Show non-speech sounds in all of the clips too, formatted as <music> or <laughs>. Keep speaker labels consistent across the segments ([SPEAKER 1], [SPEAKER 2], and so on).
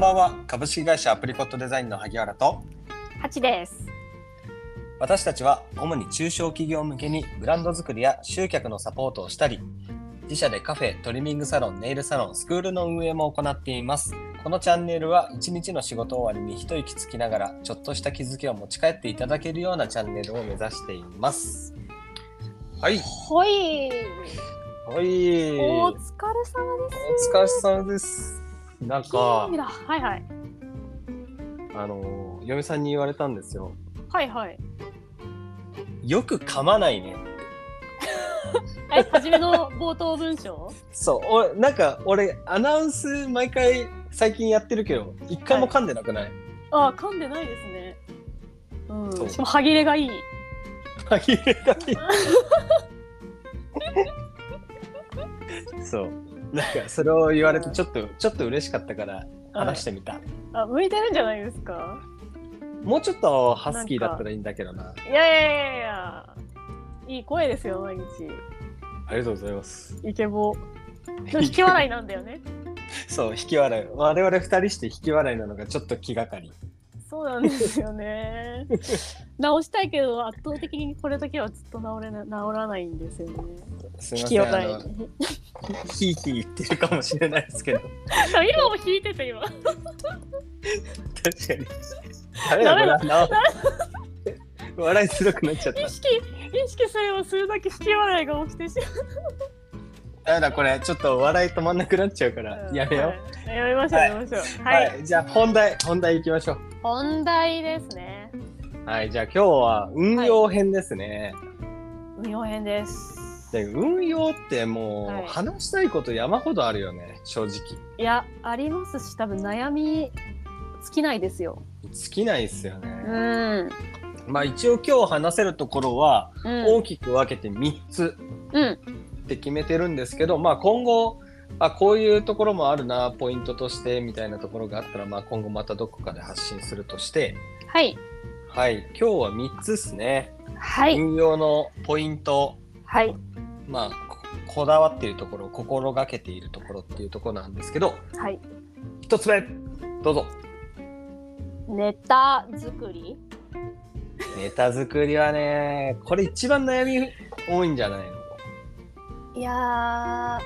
[SPEAKER 1] ばんは株式会社アプリコットデザインの萩原と
[SPEAKER 2] ハチです。
[SPEAKER 1] 私たちは主に中小企業向けにブランド作りや集客のサポートをしたり自社でカフェトリミングサロンネイルサロンスクールの運営も行っていますこのチャンネルは一日の仕事終わりに一息つきながらちょっとした気づきを持ち帰っていただけるようなチャンネルを目指していますはい
[SPEAKER 2] ほい、
[SPEAKER 1] はい
[SPEAKER 2] お疲
[SPEAKER 1] お
[SPEAKER 2] れ様です。
[SPEAKER 1] 疲れ様ですなんか
[SPEAKER 2] 金曜日だ。はいはい。
[SPEAKER 1] あの嫁さんに言われたんですよ
[SPEAKER 2] はい
[SPEAKER 1] <laughs>
[SPEAKER 2] はい。
[SPEAKER 1] よく噛まないね
[SPEAKER 2] え、初めの冒頭文章。
[SPEAKER 1] そうおなんか俺アナウンス毎回最近やってるけど一回も噛んでなくない、
[SPEAKER 2] あ、噛んでないですね。うん。
[SPEAKER 1] そう
[SPEAKER 2] しかも歯切れがいい。
[SPEAKER 1] 紛れがいいそうなんかそれを言われてちょっとちょっと嬉しかったから話してみた、
[SPEAKER 2] あ、向いてるんじゃないですか。
[SPEAKER 1] もうちょっとハスキーだったらいいんだけどない
[SPEAKER 2] やいやいやいや。いい声ですよ毎日。
[SPEAKER 1] ありがとうございます
[SPEAKER 2] イケボ。でも引き笑いなんだよね。
[SPEAKER 1] そう引き笑い我々二人して引き笑いなのがちょっと気がかり
[SPEAKER 2] そうなんです
[SPEAKER 1] <laughs>
[SPEAKER 2] よね。直したいけど圧倒的にこれだけはずっと治れな治らないんですよね。
[SPEAKER 1] すい
[SPEAKER 2] 引
[SPEAKER 1] ま
[SPEAKER 2] き
[SPEAKER 1] せん
[SPEAKER 2] 笑い。
[SPEAKER 1] あのヒーヒー言ってるかもしれないですけど
[SPEAKER 2] <laughs> 今も引いてて今。
[SPEAKER 1] 確かにダメだこれ
[SPEAKER 2] ダ
[SPEAKER 1] なお笑いづらくなっちゃった
[SPEAKER 2] 意識意識すればするだけ引き笑いが起きてしま
[SPEAKER 1] ダメだこれちょっと笑い止まんなくなっちゃうから
[SPEAKER 2] う。
[SPEAKER 1] やめよう、
[SPEAKER 2] う。やめましょう
[SPEAKER 1] はい
[SPEAKER 2] やめましょう。
[SPEAKER 1] は、
[SPEAKER 2] はいい。
[SPEAKER 1] じゃあ本題本題いきましょう
[SPEAKER 2] 本題ですね。
[SPEAKER 1] はいじゃあ今日は運用編ですね、
[SPEAKER 2] 運用編です。
[SPEAKER 1] で運用ってもう、
[SPEAKER 2] はい
[SPEAKER 1] 話したいこと山ほどあるよね正直
[SPEAKER 2] いやありますし多分悩み尽きないですよ。
[SPEAKER 1] 尽きないっすよね、
[SPEAKER 2] うん。
[SPEAKER 1] まあ一応今日話せるところは
[SPEAKER 2] うん
[SPEAKER 1] 大きく分けて3つ
[SPEAKER 2] うん
[SPEAKER 1] って決めてるんですけどまあ今後あこういうところもあるなポイントとしてみたいなところがあったら、まあ、今後またどこかで発信するとして
[SPEAKER 2] はい
[SPEAKER 1] はい今日は3つですね
[SPEAKER 2] はい
[SPEAKER 1] 運用のポイント、
[SPEAKER 2] はい
[SPEAKER 1] まあ、ここだわっているところ心がけているところっていうところなんですけど
[SPEAKER 2] はい。
[SPEAKER 1] 1つ目どうぞ
[SPEAKER 2] ネタ作り。
[SPEAKER 1] ネタ作りはねこれ一番悩み多いんじゃないの
[SPEAKER 2] いやー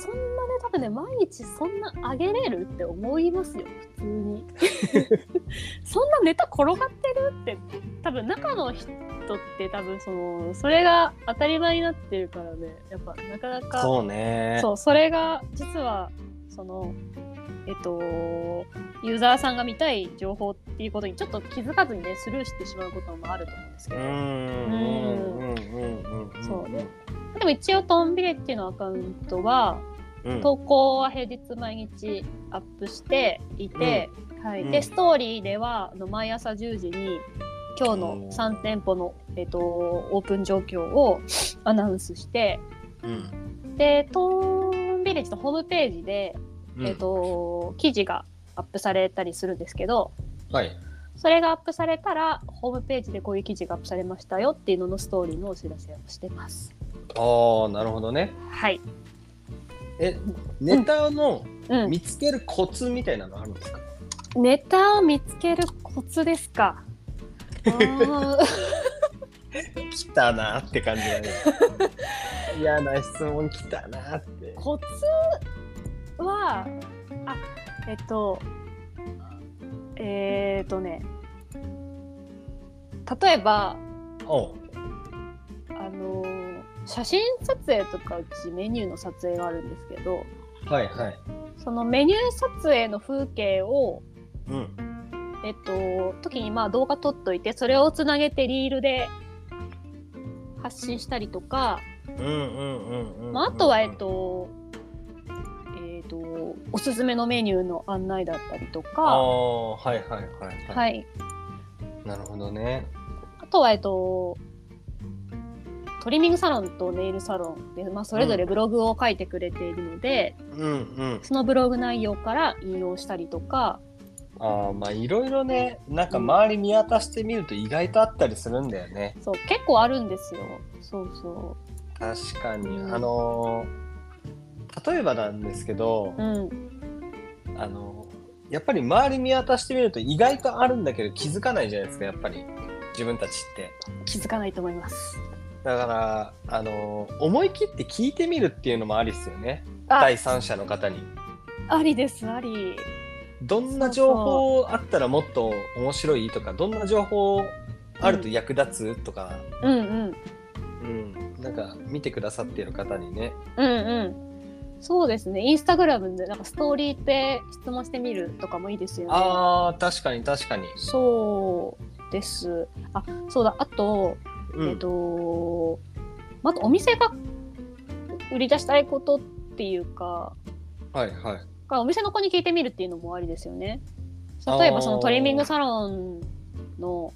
[SPEAKER 2] そんなね多分ね毎日そんなあげれるって思いますよ普
[SPEAKER 1] <laughs>
[SPEAKER 2] 通にそんなネタ転がってるって多分中の人って多分そのそれが当たり前になってるからねやっぱなかなか
[SPEAKER 1] そうね
[SPEAKER 2] そうそれが実はそのえっとユーザーさんが見たい情報っていうことにちょっと気づかずにねスルーしてしまうこともあると思うんですけ
[SPEAKER 1] う
[SPEAKER 2] ど、
[SPEAKER 1] んうんうんうんうんうん
[SPEAKER 2] そうねでも一応トンビレッジのアカウントは
[SPEAKER 1] うん
[SPEAKER 2] 投稿は平日毎日アップしていて、はい、
[SPEAKER 1] うん
[SPEAKER 2] でストーリーではあの毎朝10時に今日
[SPEAKER 1] お
[SPEAKER 2] の
[SPEAKER 1] ー
[SPEAKER 2] 3店舗の、えっとオープン状況を <sniffs> アナウンスして
[SPEAKER 1] うん
[SPEAKER 2] でトーンビレッジのホームページで、
[SPEAKER 1] うん
[SPEAKER 2] えっと記事がアップされたりするんですけど
[SPEAKER 1] はい
[SPEAKER 2] それがアップされたらホームページでこういう記事がアップされましたよっていうののストーリーのお知らせをしてます。
[SPEAKER 1] ああなるほどね
[SPEAKER 2] はい、
[SPEAKER 1] えネタの
[SPEAKER 2] うん、
[SPEAKER 1] 見つけるコツみたいなのあるんですか、
[SPEAKER 2] ネタを見つけるコツです
[SPEAKER 1] <laughs>
[SPEAKER 2] か。うーん
[SPEAKER 1] 来たなって感じだ <laughs> ね嫌な質問来たなって
[SPEAKER 2] コツは、あ、えっと、えーっとね、例えば、
[SPEAKER 1] おう
[SPEAKER 2] あの写真撮影とかうちメニューの撮影があるんですけど、
[SPEAKER 1] はいはい
[SPEAKER 2] そのメニュー撮影の風景を、
[SPEAKER 1] うん
[SPEAKER 2] えっと、時にまあ動画撮っといて、それをつなげてリールで発信したりとか、
[SPEAKER 1] うんうんうんうんうん
[SPEAKER 2] まあ、あとは、えっと、えっ、と、おすすめのメニューの案内だったりと
[SPEAKER 1] あ
[SPEAKER 2] か、
[SPEAKER 1] あはいはいはいはい、
[SPEAKER 2] はい。
[SPEAKER 1] なるほどね
[SPEAKER 2] あとは、えっと、トリミングサロンとネイルサロンで、まあ、それぞれブログを書いてくれているので、
[SPEAKER 1] うんうん
[SPEAKER 2] そのブログ内容から引用したりとか、
[SPEAKER 1] ああまあいろいろねなんか周り見渡してみると意外とあったりするんだよね
[SPEAKER 2] そう、結構あるんですよ。そうそ
[SPEAKER 1] 確かに、
[SPEAKER 2] うん
[SPEAKER 1] あのー例えばなんですけど、
[SPEAKER 2] う。うん。
[SPEAKER 1] あのやっぱり周り見渡してみると意外とあるんだけど気づかないじゃないですかやっぱり自分たちって
[SPEAKER 2] 気づかないと思います。
[SPEAKER 1] だからあの思い切って聞いてみるっていうのもありですよね
[SPEAKER 2] あ
[SPEAKER 1] 第、三者の方に
[SPEAKER 2] ありです、あり。
[SPEAKER 1] どんな情報あったらもっと面白いとかどんな情報あると役立つとか、
[SPEAKER 2] うんうん。
[SPEAKER 1] うん、なんか見てくださっている方にね
[SPEAKER 2] うんうん。そうですね。インスタグラムでなんかストーリーって質問してみるとかもいいですよね。
[SPEAKER 1] あー確かに確かに、
[SPEAKER 2] そうです。あ、そうだ。あと、
[SPEAKER 1] う
[SPEAKER 2] えっ
[SPEAKER 1] ん、
[SPEAKER 2] と、まああとお店が売り出したいことっていうか、
[SPEAKER 1] はいはい
[SPEAKER 2] がお店の子に聞いてみるっていうのもありですよね。例えばそのトリミングサロンの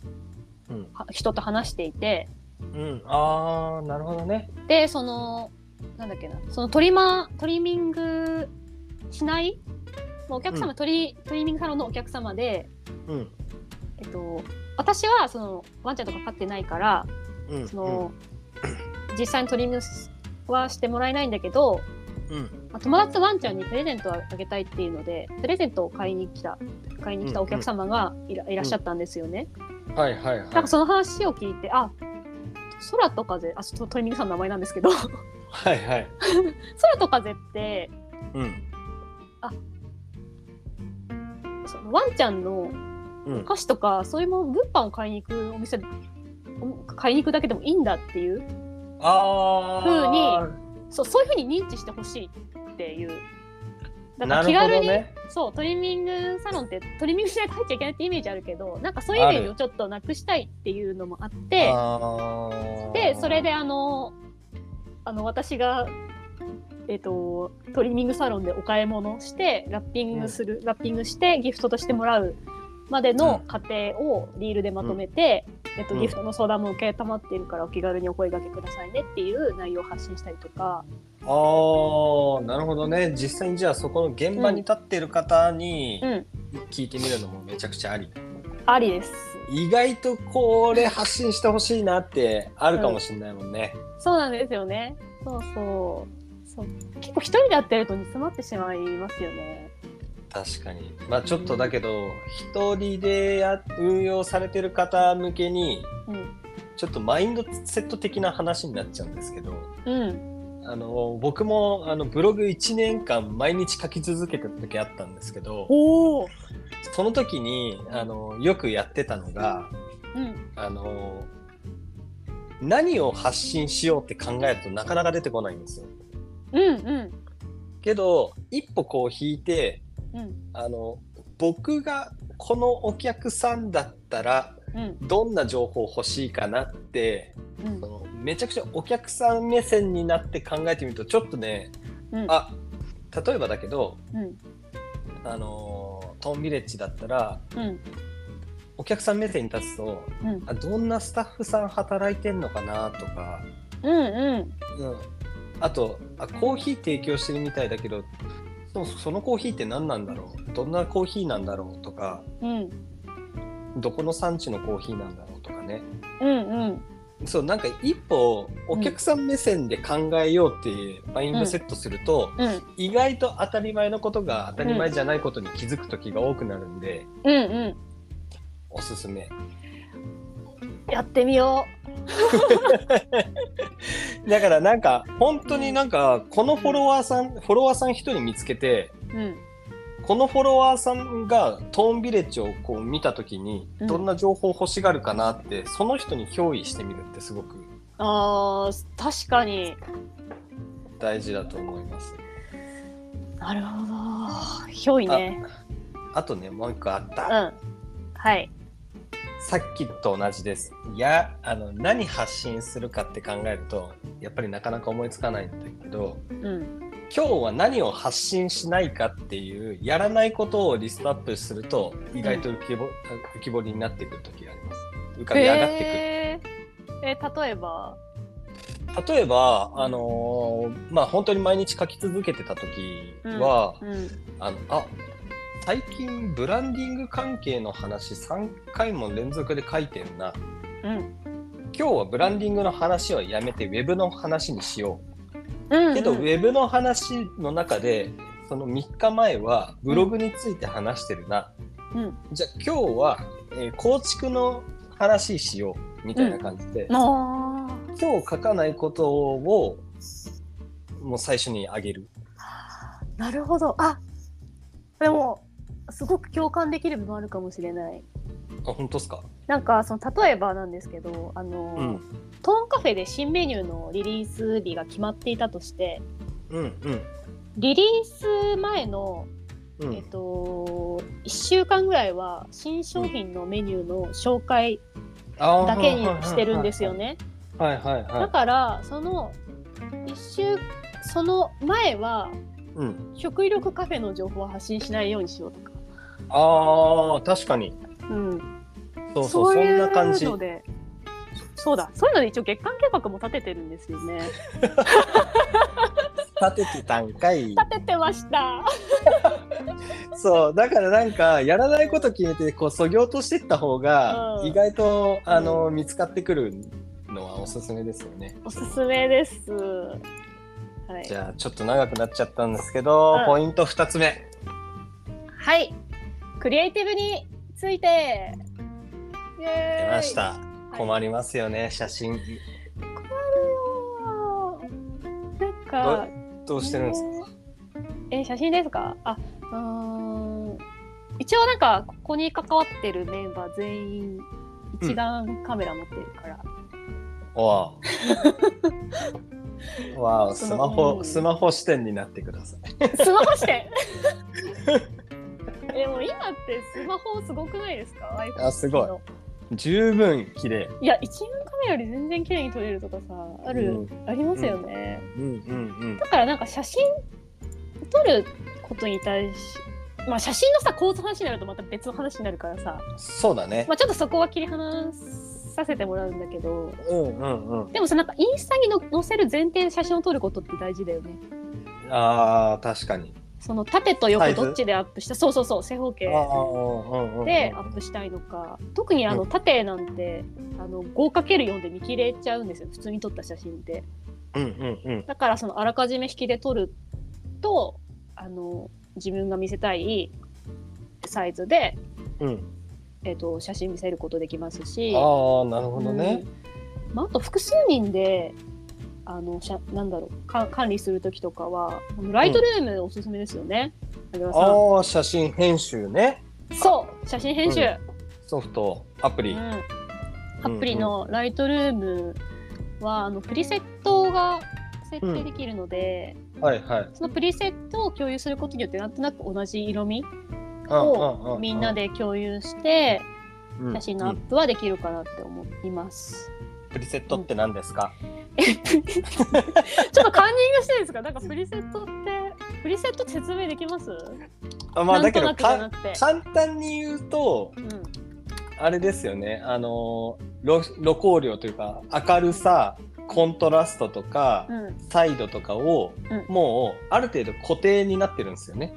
[SPEAKER 1] うん
[SPEAKER 2] は人と話していて、
[SPEAKER 1] うん、あーなるほどね
[SPEAKER 2] でそのなんだっけなそのトリマートリミングしないまあお客様、
[SPEAKER 1] うん
[SPEAKER 2] トリトリミングサロンのお客様で、
[SPEAKER 1] うん
[SPEAKER 2] えっと、私はそのワンちゃんとか飼ってないから
[SPEAKER 1] うん
[SPEAKER 2] その、実際にトリミングはしてもらえないんだけど、
[SPEAKER 1] うんうん
[SPEAKER 2] まあ友達とワンちゃんにプレゼントをあげたいっていうのでプレゼントを買いに来た買いに来たお客様がいら,、いらっしゃったんですよね。
[SPEAKER 1] はいはいはい
[SPEAKER 2] なんかその話を聞いてあ空と風あちょっとトリミングさんの名前なんですけど <laughs>
[SPEAKER 1] はいはい
[SPEAKER 2] 空と風って
[SPEAKER 1] うん
[SPEAKER 2] そのワンちゃんの
[SPEAKER 1] うん
[SPEAKER 2] お菓子とかそういうもの物販を買いに行くお店お買いに行くだけでもいいんだっていう
[SPEAKER 1] あー
[SPEAKER 2] そうそういうふうに認知してほしいっていうだか
[SPEAKER 1] な
[SPEAKER 2] ら気
[SPEAKER 1] るほ
[SPEAKER 2] 軽
[SPEAKER 1] ど
[SPEAKER 2] に、
[SPEAKER 1] ね
[SPEAKER 2] そうトリミングサロンってトリミングしないと入っちゃいけないってイメージあるけどなんかそういうイメージをちょっとなくしたいっていうのもあって
[SPEAKER 1] あー
[SPEAKER 2] でそれであのあの私が、えっとトリミングサロンでお買い物してラッピングする、ラッピングしてギフトとしてもらうまでの過程をリールでまとめて、えっと
[SPEAKER 1] うん
[SPEAKER 2] ギフトの相談も受けたまっているからお気軽にお声掛けくださいねっていう内容を発信したりとか
[SPEAKER 1] あーなるほどね実際にじゃあそこの現場に立っている方に
[SPEAKER 2] うん
[SPEAKER 1] 聞いてみるのもめちゃくちゃあり、
[SPEAKER 2] ありです
[SPEAKER 1] 意外とこれ発信してほしいなってあるかもしれないもんね、
[SPEAKER 2] そうなんですよねそうそうそう結構一人でやってると煮詰まってしまいますよね
[SPEAKER 1] 確かにまあちょっとだけど一人でや運用されてる方向けに
[SPEAKER 2] うん
[SPEAKER 1] ちょっとマインドセット的な話になっちゃうんですけど
[SPEAKER 2] うん
[SPEAKER 1] あの僕もあのブログ1年間毎日書き続けてた時あったんですけど
[SPEAKER 2] おお
[SPEAKER 1] その時にあのよくやってたのが
[SPEAKER 2] うん
[SPEAKER 1] あの何を発信しようって考えるとなかなか出てこないんですよ。
[SPEAKER 2] うんうん
[SPEAKER 1] けど一歩こう引いて
[SPEAKER 2] うん
[SPEAKER 1] あの僕がこのお客さんだったら
[SPEAKER 2] うん
[SPEAKER 1] どんな情報欲しいかなって
[SPEAKER 2] うん
[SPEAKER 1] そのめちゃくちゃお客さん目線になって考えてみるとちょっとね
[SPEAKER 2] うん
[SPEAKER 1] あ例えばだけど
[SPEAKER 2] うん
[SPEAKER 1] あのトーンビレッジだったら
[SPEAKER 2] うん
[SPEAKER 1] お客さん目線に立つと
[SPEAKER 2] うん
[SPEAKER 1] あどんなスタッフさん働いてんのかなとか、
[SPEAKER 2] うんうん
[SPEAKER 1] うん、あとあコーヒー提供してるみたいだけどそそのコーヒーって何なんだろうどんなコーヒーなんだろうとか
[SPEAKER 2] うん
[SPEAKER 1] どこの産地のコーヒーなんだろうとかね
[SPEAKER 2] うんうん
[SPEAKER 1] そうなんか一歩お客さん目線で考えようっていうマインドセットすると、
[SPEAKER 2] うん
[SPEAKER 1] 意外と当たり前のことが当たり前じゃないことに気づく時が多くなるんで、
[SPEAKER 2] うんう
[SPEAKER 1] おすすめ
[SPEAKER 2] んやってみよ
[SPEAKER 1] だからなんか本当になんかこのフォロワーさん、フォロワーさん一人見つけて
[SPEAKER 2] ううん
[SPEAKER 1] このフォロワーさんがトーンビレッジをこう見た時に
[SPEAKER 2] うん
[SPEAKER 1] どんな情報欲しがるかなって、その人に憑依してみるってすごく
[SPEAKER 2] あー確かに
[SPEAKER 1] 大事だと思います。
[SPEAKER 2] なるほどひょいね
[SPEAKER 1] あとねもう一個あっ
[SPEAKER 2] う
[SPEAKER 1] た、
[SPEAKER 2] んはい
[SPEAKER 1] さっきと同じです。いやあの何発信するかって考えるとやっぱりなかなか思いつかないんだけど
[SPEAKER 2] うん
[SPEAKER 1] 今日は何を発信しないかっていうやらないことをリストアップすると意外と浮きぼ、浮き彫りになってくる時があります。浮かび上がってくる。
[SPEAKER 2] へーえ例えば
[SPEAKER 1] 例えば、あのーまあ本当に毎日書き続けてた時は、
[SPEAKER 2] うん
[SPEAKER 1] あのあ最近ブランディング関係の話3回も連続で書いてるな
[SPEAKER 2] うん
[SPEAKER 1] 今日はブランディングの話はやめてウェブの話にしよ
[SPEAKER 2] うんう
[SPEAKER 1] うんけど、ウェブの話の中でその3日前はブログについて話してるな、
[SPEAKER 2] うん
[SPEAKER 1] じゃあ今日は、えー構築の話しようみたいな感じで、
[SPEAKER 2] あ
[SPEAKER 1] 今日書かないことをもう最初にあげる
[SPEAKER 2] ーなるほどあでもすごく共感できる部分あるかもしれない
[SPEAKER 1] あ本当ですか
[SPEAKER 2] なんかその例えばなんですけどあの、
[SPEAKER 1] うん
[SPEAKER 2] トーンカフェで新メニューのリリース日が決まっていたとして
[SPEAKER 1] うんうん
[SPEAKER 2] リリース前の、
[SPEAKER 1] うん
[SPEAKER 2] えっと、1週間ぐらいは新商品のメニューの紹介だけにしてるんですよ。ね。
[SPEAKER 1] はいはい
[SPEAKER 2] だ
[SPEAKER 1] は。
[SPEAKER 2] からその一週その前はい
[SPEAKER 1] うん、
[SPEAKER 2] 食力カフェの情報を発信しないようにしようとか、
[SPEAKER 1] ああ確かに
[SPEAKER 2] うん、
[SPEAKER 1] そうそうそんな感じ。
[SPEAKER 2] のでそうだそういうので一応月間計画も立ててるんですよ
[SPEAKER 1] <laughs>
[SPEAKER 2] ね。
[SPEAKER 1] 立ててたんかい。
[SPEAKER 2] 立ててました。
[SPEAKER 1] そうだからなんかやらないこと決めてこうそぎ落としてった方が
[SPEAKER 2] うん
[SPEAKER 1] 意外と、あの見つかってくるのはおすすめですよね。
[SPEAKER 2] おすすめです。は
[SPEAKER 1] じ
[SPEAKER 2] い。
[SPEAKER 1] ゃあちょっと長くなっちゃったんですけど、
[SPEAKER 2] うん
[SPEAKER 1] ポイント2つ目。
[SPEAKER 2] はい。クリエイティブについて。イエー
[SPEAKER 1] 出
[SPEAKER 2] イ
[SPEAKER 1] まし。た。困
[SPEAKER 2] る
[SPEAKER 1] りますよね写真
[SPEAKER 2] よー。なんか。
[SPEAKER 1] どうしてるんですか。
[SPEAKER 2] えー写真ですかあうーん一応なんかここに関わってるメンバー全員一眼カメラ持ってるから、
[SPEAKER 1] わ
[SPEAKER 2] <laughs>
[SPEAKER 1] あ。わあ、
[SPEAKER 2] そ
[SPEAKER 1] ス
[SPEAKER 2] の
[SPEAKER 1] マ
[SPEAKER 2] う
[SPEAKER 1] ホ、
[SPEAKER 2] ん
[SPEAKER 1] スマホ視点になってください。
[SPEAKER 2] スマホして <laughs> えでも今ってスマホすごくないですか iPhone
[SPEAKER 1] あすごい
[SPEAKER 2] の
[SPEAKER 1] 十分綺麗。
[SPEAKER 2] いや一眼カメラより全然綺麗に撮れるとかさある、
[SPEAKER 1] うん
[SPEAKER 2] ありますよね、
[SPEAKER 1] うんうん
[SPEAKER 2] だからなんか写真撮ることに対しまあ写真のさ構図の話になるとまた別の話になるからさ、
[SPEAKER 1] うん。そうだね
[SPEAKER 2] ま。あ、ちょっとそこは切り離させてもらうんだけど
[SPEAKER 1] うんうんうん。
[SPEAKER 2] でもさなんかインスタにの載せる前提で写真を撮ることって大事だよね。
[SPEAKER 1] ああ、確かに。
[SPEAKER 2] その縦と
[SPEAKER 1] サ
[SPEAKER 2] 横
[SPEAKER 1] イズ
[SPEAKER 2] どっちでアップしたそうそうそう正方形
[SPEAKER 1] ああ、うんうん。
[SPEAKER 2] でアップしたいのか特にあ
[SPEAKER 1] う
[SPEAKER 2] の縦なんて、あの 5×4 で見切れちゃうんですよ普通に撮った写真って。
[SPEAKER 1] うんうんうん。
[SPEAKER 2] だからそのあらかじめ引きで撮るとあの自分が見せたいサイズで、
[SPEAKER 1] うん。
[SPEAKER 2] えっと写真見せることできますし。
[SPEAKER 1] ああ、なるほどね。
[SPEAKER 2] うんまあ、あと複数人であのしゃなんだろうか管理する時とかはライトルームおすすめですよね、萩原さん
[SPEAKER 1] ああ、写真編集ね。
[SPEAKER 2] そう写真編集、
[SPEAKER 1] ソフト、アプ
[SPEAKER 2] うん
[SPEAKER 1] リ。
[SPEAKER 2] アプリのライトルームはあのプリセットが設定できるので、
[SPEAKER 1] はいはい。
[SPEAKER 2] そのプリセットを共有することによってなんとなく同じ色味
[SPEAKER 1] うん
[SPEAKER 2] をみんなで共有して写真のアッ
[SPEAKER 1] うん
[SPEAKER 2] プはできるかなって思
[SPEAKER 1] <laughs>
[SPEAKER 2] います。
[SPEAKER 1] プリセットって何ですか。
[SPEAKER 2] えちょっとカンニングしていいですかなんかプリセットってプリセットって説明できます
[SPEAKER 1] あまあ、
[SPEAKER 2] な
[SPEAKER 1] だ
[SPEAKER 2] ん
[SPEAKER 1] け
[SPEAKER 2] と
[SPEAKER 1] ど、
[SPEAKER 2] なくじゃな
[SPEAKER 1] か
[SPEAKER 2] くて、
[SPEAKER 1] 簡単に言うと。
[SPEAKER 2] うん、
[SPEAKER 1] あれですよね、あの露露光量というか明るさコントラストとか、
[SPEAKER 2] うん、
[SPEAKER 1] サイドとかを、
[SPEAKER 2] うん
[SPEAKER 1] もうある程度固定になってるんですよね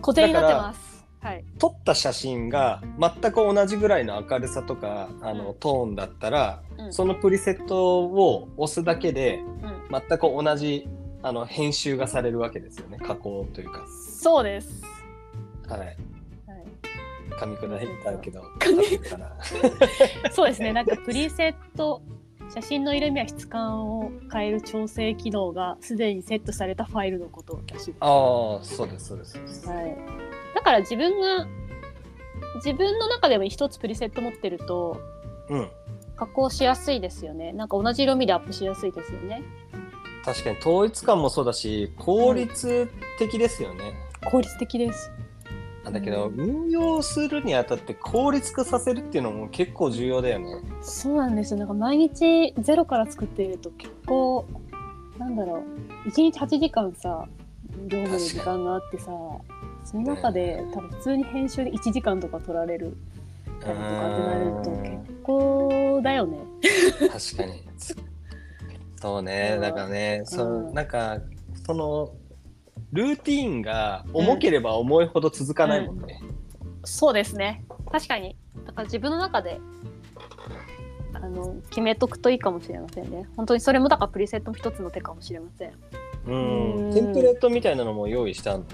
[SPEAKER 2] 固定になってますはい
[SPEAKER 1] 撮った写真が全く同じぐらいの明るさとかあの、
[SPEAKER 2] うん
[SPEAKER 1] トーンだったら、
[SPEAKER 2] うん
[SPEAKER 1] そのプリセットを押すだけで
[SPEAKER 2] うん、
[SPEAKER 1] 全く同じあの編集がされるわけですよね加工というか、
[SPEAKER 2] そうです、
[SPEAKER 1] はい、
[SPEAKER 2] はい、
[SPEAKER 1] 噛み砕いたけど
[SPEAKER 2] 噛み
[SPEAKER 1] 合ってるかな
[SPEAKER 2] そうですねなんかプリセット写真の色味や質感を変える調整機能がすでにセットされたファイルのことを出しま
[SPEAKER 1] ああそうですそうですそうです
[SPEAKER 2] す、はい、だから自分が自分の中でも一つプリセット持ってると
[SPEAKER 1] うん
[SPEAKER 2] 加工しやすいですよねなんか同じ色味でアップしやすいですよね
[SPEAKER 1] 確かに統一感もそうだし効率的ですよね、
[SPEAKER 2] 効率的です
[SPEAKER 1] なんだけど、
[SPEAKER 2] うん
[SPEAKER 1] 運用するにあたって効率化させるっていうのも結構重要だよね
[SPEAKER 2] そうなんですよ。なんか毎日ゼロから作っていると結構なんだろう一日8時間さ業務の時間があってさその中で多分普通に編集で1時間とか取られるとかってなると結構だよね。
[SPEAKER 1] うん確かにそうね
[SPEAKER 2] うん
[SPEAKER 1] だからねその
[SPEAKER 2] うん
[SPEAKER 1] なんかそのルーティーンが重ければ重いほど続かないもんね、
[SPEAKER 2] そうですね確かにだから自分の中であの決めとくといいかもしれませんね。本当にそれもだからプリセットの一つの手かもしれません。
[SPEAKER 1] うん
[SPEAKER 2] うん
[SPEAKER 1] テンプレートみたいなのも用意したの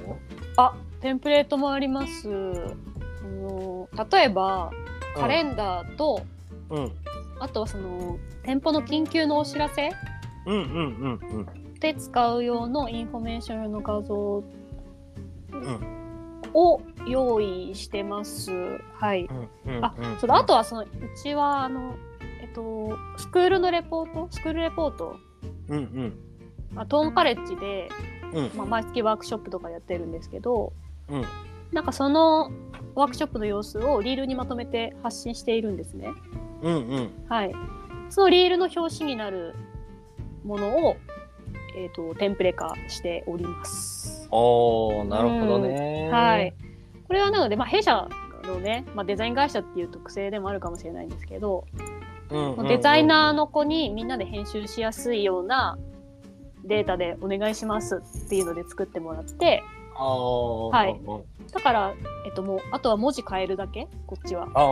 [SPEAKER 2] あテンプレートもありますあの例えばカレンダーと、
[SPEAKER 1] うん
[SPEAKER 2] あとはその店舗の緊急のお知らせ
[SPEAKER 1] うんうんうんうん
[SPEAKER 2] で使う用のインフォメーション用の画像
[SPEAKER 1] ん
[SPEAKER 2] を用意してます。はい、
[SPEAKER 1] うんうん
[SPEAKER 2] あそうだあとはそのうちはあの、えっと、スクールのレポートスクールレポート、
[SPEAKER 1] うんうん
[SPEAKER 2] まあ、トーンカレッジで、
[SPEAKER 1] うん
[SPEAKER 2] まあ、毎月ワークショップとかやってるんですけど
[SPEAKER 1] うん
[SPEAKER 2] なんかそのワークショップの様子をリールにまとめて発信しているんですね。
[SPEAKER 1] うんうん
[SPEAKER 2] はい、そのリールの表紙になるものを、えっとテンプレ化しております。
[SPEAKER 1] おーなるほどね、
[SPEAKER 2] はい、これはなので、まあ、弊社のね、まあ、デザイン会社っていう特性でもあるかもしれないんですけど、
[SPEAKER 1] うんうんうん
[SPEAKER 2] デザイナーの子にみんなで編集しやすいようなデータでお願いしますっていうので作ってもらって
[SPEAKER 1] あー
[SPEAKER 2] はいだから、えっと、もうあとは文字変えるだけこっちは。
[SPEAKER 1] あー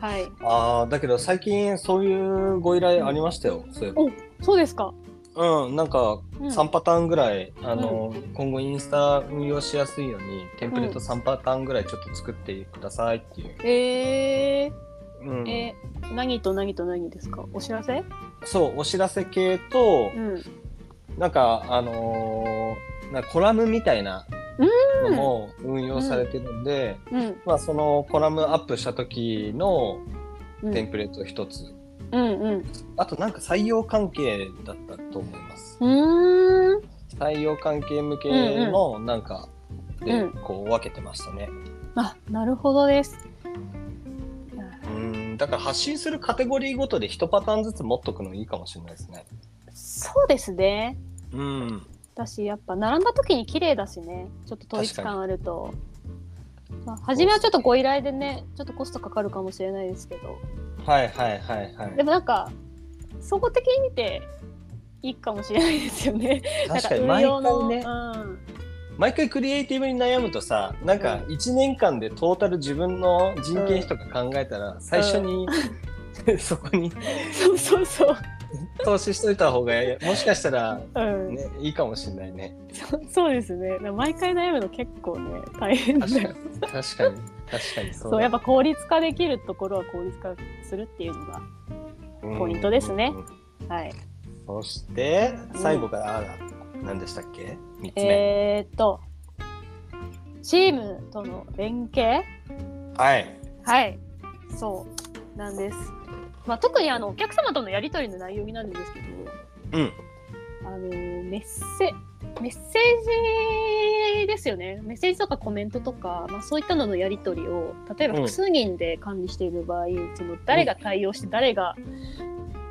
[SPEAKER 2] はい、
[SPEAKER 1] あーだけど最近そういうご依頼ありましたよ、そういえ
[SPEAKER 2] そうですか、
[SPEAKER 1] ばうんなんか
[SPEAKER 2] うん
[SPEAKER 1] 3パターンぐらい、あの今後インスタ運用しやすいようにテンプレート3パターンぐらいちょっと作ってくださいっていう、
[SPEAKER 2] え
[SPEAKER 1] うん
[SPEAKER 2] ー、えー何と何と何ですかお知らせ、
[SPEAKER 1] そうお知らせ系と、
[SPEAKER 2] うん、
[SPEAKER 1] なんかあのーなんかコラムみたいなのも運用されてるんで、
[SPEAKER 2] うん
[SPEAKER 1] まあ、そのコラムアップした時の
[SPEAKER 2] うん
[SPEAKER 1] テンプレート一つ、
[SPEAKER 2] うんうん
[SPEAKER 1] あとなんか採用関係だったと思います
[SPEAKER 2] うーん
[SPEAKER 1] 採用関係向けのなんかで
[SPEAKER 2] うん
[SPEAKER 1] こう分けてましたね、
[SPEAKER 2] あなるほどです。
[SPEAKER 1] うんだから発信するカテゴリーごとで一パターンずつ持っとくのいいかもしれないですね
[SPEAKER 2] そうですね
[SPEAKER 1] うん
[SPEAKER 2] 私やっぱ並んだ時に綺麗だしねちょっと統一
[SPEAKER 1] 確か
[SPEAKER 2] 感あると、まあ、初めはちょっとご依頼でねちょっとコストかかるかもしれないですけど
[SPEAKER 1] はいはいはいはい
[SPEAKER 2] でもなんか総合的に見ていいかもしれないですよね
[SPEAKER 1] 確かに
[SPEAKER 2] なん運
[SPEAKER 1] 毎
[SPEAKER 2] 用
[SPEAKER 1] 回
[SPEAKER 2] の
[SPEAKER 1] ね毎回クリエイティブに悩むとさなんか1年間でトータル自分の人件費とか考えたら最初に、 <laughs> そこに
[SPEAKER 2] うん、そうそうそう、
[SPEAKER 1] 投資しといた方がもしかしたら、
[SPEAKER 2] うん
[SPEAKER 1] ね、いいかもしれないね
[SPEAKER 2] そそうですねだから毎回悩むの結構ね大変だ <laughs>
[SPEAKER 1] 確かに
[SPEAKER 2] よ
[SPEAKER 1] 確かに確かに
[SPEAKER 2] そ
[SPEAKER 1] そううだ
[SPEAKER 2] やっぱ効率化できるところは効率化するっていうのが
[SPEAKER 1] うん
[SPEAKER 2] ポイントですね
[SPEAKER 1] うん
[SPEAKER 2] はい
[SPEAKER 1] そして最後から、あ何でしたっけ3つ目、
[SPEAKER 2] えー、っとチームとの連携
[SPEAKER 1] はい
[SPEAKER 2] はい、そうなんです。まあ、特にあのお客様とのやり取りの内容になるんですけど、
[SPEAKER 1] うん
[SPEAKER 2] あのメッセメッセージですよね。メッセージとかコメントとか、まあ、そういったののやり取りを例えば
[SPEAKER 1] うん
[SPEAKER 2] 複数人で管理している場合、その誰が対応して誰が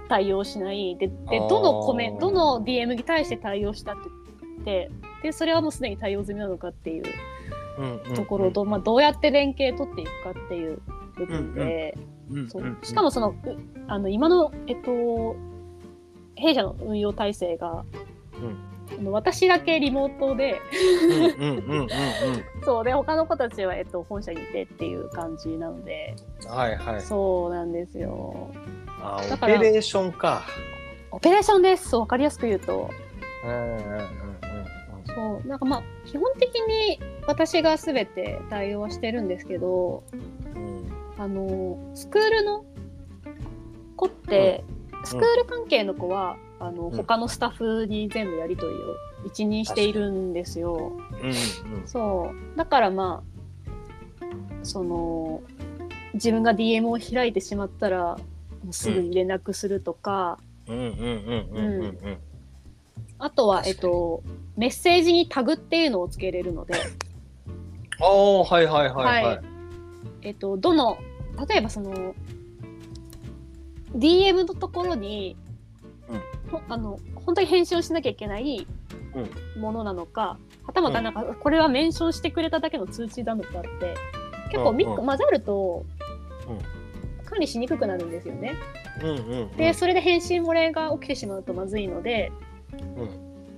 [SPEAKER 2] 対応しないでで
[SPEAKER 1] あー
[SPEAKER 2] どのコメどの DM に対して対応したって言ってでそれはもうすでに対応済みなのかっていう
[SPEAKER 1] うんうん
[SPEAKER 2] ところと、まあ、どうやって連携取っていくかっていう部分で。
[SPEAKER 1] うんうんうん
[SPEAKER 2] そう
[SPEAKER 1] うん
[SPEAKER 2] しかもそのうあの今の、えっと、弊社の運用体制が、
[SPEAKER 1] うん
[SPEAKER 2] あの私だけリモートで <laughs>
[SPEAKER 1] うんうんうんうんうん
[SPEAKER 2] そうで他の子たちは、えっと、本社にいてっていう感じなので、
[SPEAKER 1] はいはい
[SPEAKER 2] そうなんですよ
[SPEAKER 1] あオ
[SPEAKER 2] だから
[SPEAKER 1] ペレーションか
[SPEAKER 2] オペレーションですそう分かりやすく言うと
[SPEAKER 1] うんうんうんうんうん
[SPEAKER 2] そうなんかまあ基本的に私が全て対応はしてるんですけど
[SPEAKER 1] うん
[SPEAKER 2] あのスクールの子って、スクール関係の子はあ
[SPEAKER 1] う
[SPEAKER 2] の、
[SPEAKER 1] ん
[SPEAKER 2] 他のスタッフに全部やり取りを一任しているんですよ。そうだからまあその自分が DM を開いてしまったらもうすぐに連絡するとか、
[SPEAKER 1] うんうんうんうんうんうんうん
[SPEAKER 2] あとは、
[SPEAKER 1] 確か
[SPEAKER 2] え
[SPEAKER 1] に
[SPEAKER 2] っと、メッセージにタグっていうのをつけれるので、
[SPEAKER 1] ああはいはいはいは
[SPEAKER 2] はい
[SPEAKER 1] い
[SPEAKER 2] えっと、どの例えばその DM のところに、ほあの本当に返信をしなきゃいけないものなのか、はたまたなんか、これはメンションしてくれただけの通知なのかって結構ミック、
[SPEAKER 1] うんうん
[SPEAKER 2] 混ざると、
[SPEAKER 1] うん
[SPEAKER 2] 管理しにくくなるんですよね。
[SPEAKER 1] うんうんうん
[SPEAKER 2] でそれで返信漏れが起きてしまうとまずいので、
[SPEAKER 1] うん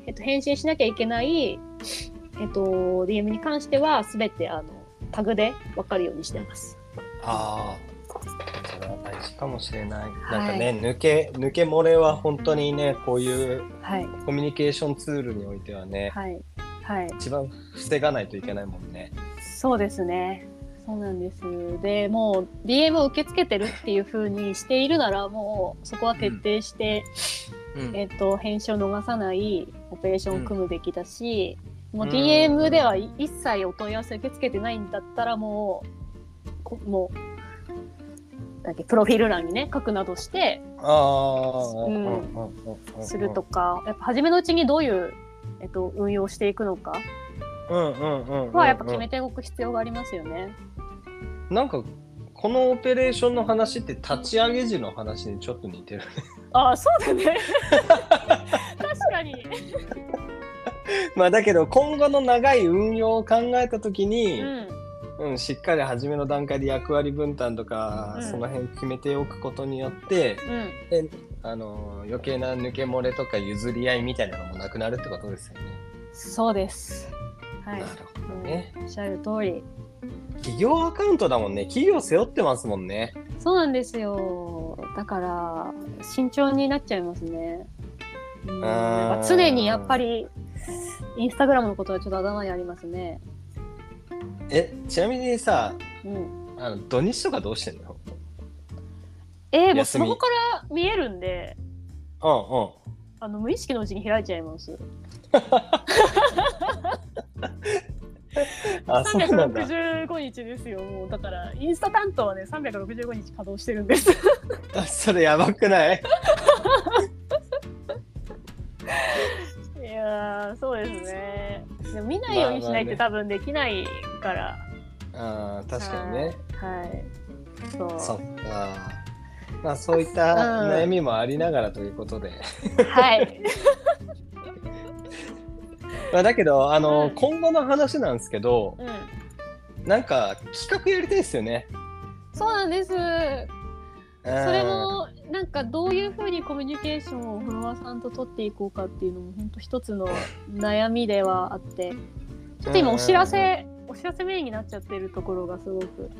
[SPEAKER 2] えっと、返信しなきゃいけない、えっと、DM に関しては全てあのタグで分かるようにしてます。
[SPEAKER 1] ああそれは大事かもしれないなんか
[SPEAKER 2] は
[SPEAKER 1] ね抜け抜け漏れは本当にねこういう
[SPEAKER 2] はい、
[SPEAKER 1] コミュニケーションツールにおいてはね
[SPEAKER 2] はい、はい
[SPEAKER 1] 一番防がないといけないもんね。
[SPEAKER 2] そうですね。そうなんです。で、もう DM を受け付けてるっていう風にしているなら、もうそこは徹底して、
[SPEAKER 1] うん
[SPEAKER 2] えっと編集を逃さないオペレーションを組むべきだし、もううん DM ではい一切お問い合わせ受け付けてないんだったら、もうこもうだっけプロフィール欄にね書くなどして
[SPEAKER 1] ああ、
[SPEAKER 2] うん
[SPEAKER 1] うん
[SPEAKER 2] すると。か、やっぱ初めのうちにどういうえっと運用していくのか
[SPEAKER 1] うんうんうんうん。
[SPEAKER 2] はやっぱ決めておく必要がありますよね。
[SPEAKER 1] なんか、このオペレーションの話って立ち上げ時の話にちょっと似てる。
[SPEAKER 2] あ、そうだ
[SPEAKER 1] <laughs>
[SPEAKER 2] ね。確かに。
[SPEAKER 1] まあだけど、今後の長い運用を考えたときに、
[SPEAKER 2] うん。
[SPEAKER 1] うん、しっかり初めの段階で役割分担とか、
[SPEAKER 2] うん
[SPEAKER 1] その辺決めておくことによって、
[SPEAKER 2] うん。
[SPEAKER 1] あの余計な抜け漏れとか譲り合いみたいなのもなくなるってことですよね。
[SPEAKER 2] そうです。はい
[SPEAKER 1] な。るほどね。
[SPEAKER 2] おっしゃる通り。
[SPEAKER 1] 企業アカウントだもんね。企業背負ってますもんね。
[SPEAKER 2] そうなんですよ。だから慎重になっちゃいますね。うん、
[SPEAKER 1] あー
[SPEAKER 2] なんか常にやっぱりインスタグラムのことはちょっと頭にありますね。
[SPEAKER 1] え、ちなみにさ、
[SPEAKER 2] うん。
[SPEAKER 1] あの土日とかどうしてんの
[SPEAKER 2] えー、もうス
[SPEAKER 1] 休み
[SPEAKER 2] マホから見えるんで、
[SPEAKER 1] うん
[SPEAKER 2] あの無意識のうちに開いちゃいます。
[SPEAKER 1] うん。あ、そうなんだ。
[SPEAKER 2] 365日ですよ。もうだからインスタ担当はね365日稼働してるんです。
[SPEAKER 1] あそれやばくない
[SPEAKER 2] いやーそうですね。でも見ないようにしないって
[SPEAKER 1] ま
[SPEAKER 2] 多分できないから。
[SPEAKER 1] あー確かにね。
[SPEAKER 2] はい。そう。
[SPEAKER 1] そっか。まあそういった
[SPEAKER 2] うん
[SPEAKER 1] 悩みもありながらということで。 <laughs>
[SPEAKER 2] <laughs> はい。
[SPEAKER 1] まあだけど、あの、
[SPEAKER 2] うん
[SPEAKER 1] 今後の話なんですけど、
[SPEAKER 2] うん。
[SPEAKER 1] なんか企画やりたいですよね。
[SPEAKER 2] そうなんです。
[SPEAKER 1] そ
[SPEAKER 2] それもなんかどういうふうにコミュニケーションをフォロワーさんと取っていこうかっていうのも本当一つの悩みではあって、ちょっと今お知らせ、お知らせメインになっちゃってるところがすごく、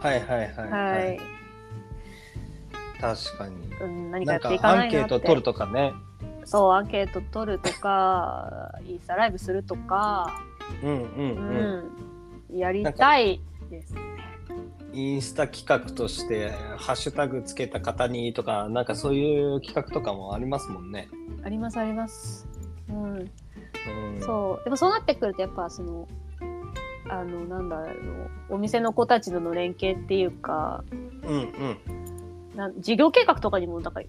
[SPEAKER 1] はいはいはい、
[SPEAKER 2] はい、
[SPEAKER 1] 確かに
[SPEAKER 2] うん、何
[SPEAKER 1] な
[SPEAKER 2] かや
[SPEAKER 1] ん
[SPEAKER 2] っ
[SPEAKER 1] か
[SPEAKER 2] ていか
[SPEAKER 1] ア
[SPEAKER 2] な
[SPEAKER 1] ン
[SPEAKER 2] い
[SPEAKER 1] ケ
[SPEAKER 2] な
[SPEAKER 1] ー
[SPEAKER 2] って
[SPEAKER 1] ト。取るとかね
[SPEAKER 2] そう、アンケート取るとか、インスタライブするとか、
[SPEAKER 1] うんうん
[SPEAKER 2] う
[SPEAKER 1] うん、
[SPEAKER 2] ん、やりたいです。
[SPEAKER 1] インスタ企画としてハッシュタグつけた方にとかなんかそういう企画とかもありますもんね、
[SPEAKER 2] ありますあります。うん。
[SPEAKER 1] うん、
[SPEAKER 2] そうでもそうなってくるとやっぱそのあのなんだろうお店の子たちとの連携っていうか
[SPEAKER 1] ううんうん
[SPEAKER 2] なん事業計画とかにもなんか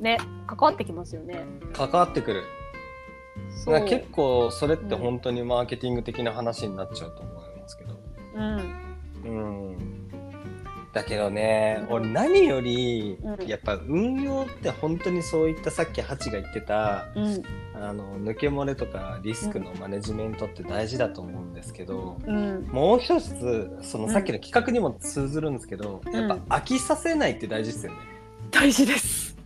[SPEAKER 2] ね関わってきますよね。
[SPEAKER 1] 関わってくる
[SPEAKER 2] そ
[SPEAKER 1] なんか
[SPEAKER 2] う
[SPEAKER 1] 結、構それって本当にマーケティング的な話になっちゃうと思いますけど
[SPEAKER 2] うん、
[SPEAKER 1] うんだけどね俺何より
[SPEAKER 2] うん
[SPEAKER 1] やっぱ運用って本当にそういったさっきハチが言ってた
[SPEAKER 2] うん
[SPEAKER 1] あの抜け漏れとかリスクのマネジメントって大事だと思うんですけど、
[SPEAKER 2] うん
[SPEAKER 1] もう一つその
[SPEAKER 2] うん
[SPEAKER 1] さっきの企画にも通ずるんですけど、
[SPEAKER 2] ん
[SPEAKER 1] やっぱ飽きさせないって大事ですよね。
[SPEAKER 2] 大事です。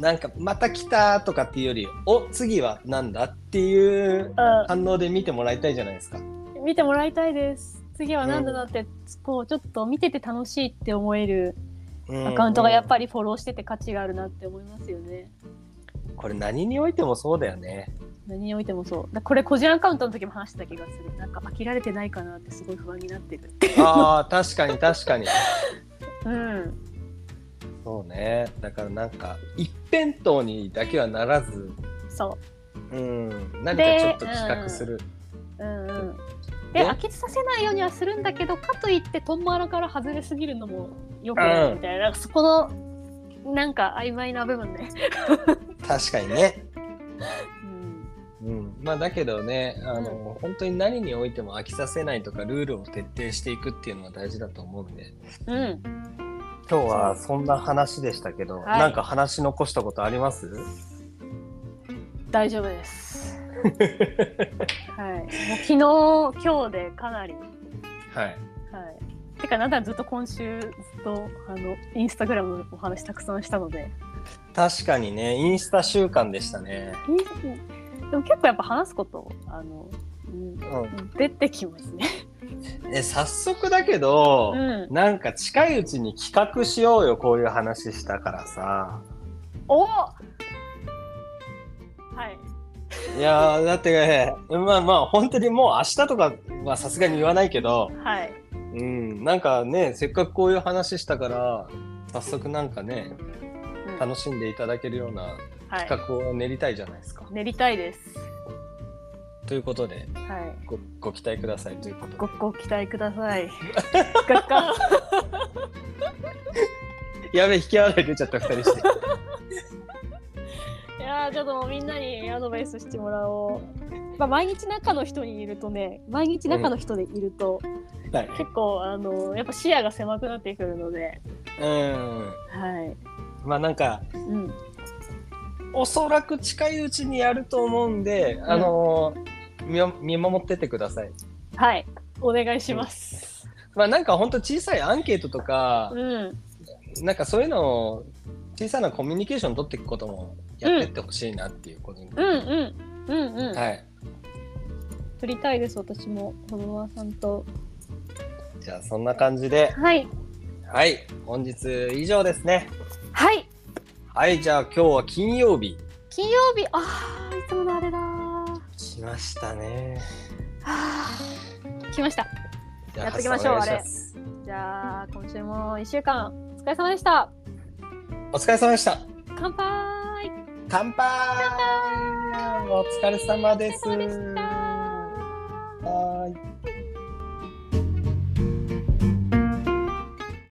[SPEAKER 1] なんかまた来たとかっていうよりお次はなんだっていう
[SPEAKER 2] う
[SPEAKER 1] 反応で見てもらいたいじゃないですか。
[SPEAKER 2] ん見てもらいたいです。次は何だなって、こうちょっと見てて楽しいって思えるアカウントがやっぱ
[SPEAKER 1] り、
[SPEAKER 2] りフォローしてて価値があるなって思いますよね。
[SPEAKER 1] これ何においてもそうだよ <laughs> ね。
[SPEAKER 2] 何においてもそう。だこれ個人アカウントの時も話してた気がする。なんか飽きられてないかなってすごい不安になってる。
[SPEAKER 1] ああ確かに確かに。
[SPEAKER 2] うん。
[SPEAKER 1] そうねだからなんか一辺倒にだけはならず、
[SPEAKER 2] そ
[SPEAKER 1] うん、何かちょっと企画する。
[SPEAKER 2] う。うんうん。で、
[SPEAKER 1] ね
[SPEAKER 2] 飽きさせないようにはするんだけど、かといって、トンマラから外れすぎるのも良くないみたいな、なんかそこの、なんか曖昧な部分ね。
[SPEAKER 1] 確かにね。
[SPEAKER 2] うん。
[SPEAKER 1] うん、まあだけどねあの、本当に何においても飽きさせないとかルールを徹底していくっていうのは大事だと思うんで
[SPEAKER 2] うん。
[SPEAKER 1] 今日はそんな話でしたけど、
[SPEAKER 2] はい
[SPEAKER 1] なんか話し残したことあります
[SPEAKER 2] 大丈夫です。はい。もう昨日、今日でかなり。は
[SPEAKER 1] はい
[SPEAKER 2] い。てか、なんだずっと今週、ずっと、あの、インスタグラムのお話たくさんしたので。
[SPEAKER 1] 確かにねインスタ習慣でしたね、
[SPEAKER 2] インスでも結構やっぱ話すこと、あの、うん、
[SPEAKER 1] う
[SPEAKER 2] 出てきますね。
[SPEAKER 1] ん、え早速だけど
[SPEAKER 2] う、ん。
[SPEAKER 1] なんか近いうちに企画しようよこういう話したからさ
[SPEAKER 2] おはい。
[SPEAKER 1] いやーだってねまあまあ本当にもう明日とかはさすがに言わないけど
[SPEAKER 2] はい
[SPEAKER 1] うんなんかねせっかくこういう話したから早速なんかね
[SPEAKER 2] うん
[SPEAKER 1] 楽しんでいただけるような
[SPEAKER 2] はい
[SPEAKER 1] 企画を練りたいじゃないですか。
[SPEAKER 2] 練りたいです
[SPEAKER 1] ということで
[SPEAKER 2] はい
[SPEAKER 1] ごご期待くださいということで
[SPEAKER 2] ごご期待くださ <laughs> いガッカン
[SPEAKER 1] やべ引き合わない出ちゃった2人して
[SPEAKER 2] <laughs> いやーちょっともうみんなにアドバイスしてもらおう、まあ、毎日中の人にいるとね毎日中の人でいると、
[SPEAKER 1] はい
[SPEAKER 2] 結構あのやっぱ視野が狭くなってくるので
[SPEAKER 1] うん
[SPEAKER 2] はい、
[SPEAKER 1] まあなんか
[SPEAKER 2] うん、
[SPEAKER 1] おそらく近いうちにやると思うんで、あのー見よ見守っててください。
[SPEAKER 2] はいお願いします
[SPEAKER 1] まあなんか本当小さいアンケートとか
[SPEAKER 2] う、ん
[SPEAKER 1] なんかそういうのを小さなコミュニケーション取っていくこともやってってほしいなっていうことに、
[SPEAKER 2] うんうんうんうん、
[SPEAKER 1] はい
[SPEAKER 2] 取りたいです私もフォロワーさんと
[SPEAKER 1] じゃあそんな感じで
[SPEAKER 2] はい
[SPEAKER 1] はい本日以上ですね
[SPEAKER 2] はい
[SPEAKER 1] はいじゃあ今日は金曜日
[SPEAKER 2] 金曜日あーいつものあれだー
[SPEAKER 1] 来ましたね
[SPEAKER 2] はー来ました
[SPEAKER 1] じゃあ
[SPEAKER 2] やっていきましょう
[SPEAKER 1] ハッサンお願います
[SPEAKER 2] じゃあ今週も1週間お疲れ様でした
[SPEAKER 1] お疲れ様でした
[SPEAKER 2] 乾杯
[SPEAKER 1] 乾杯お疲れ様です
[SPEAKER 2] お疲れ様でした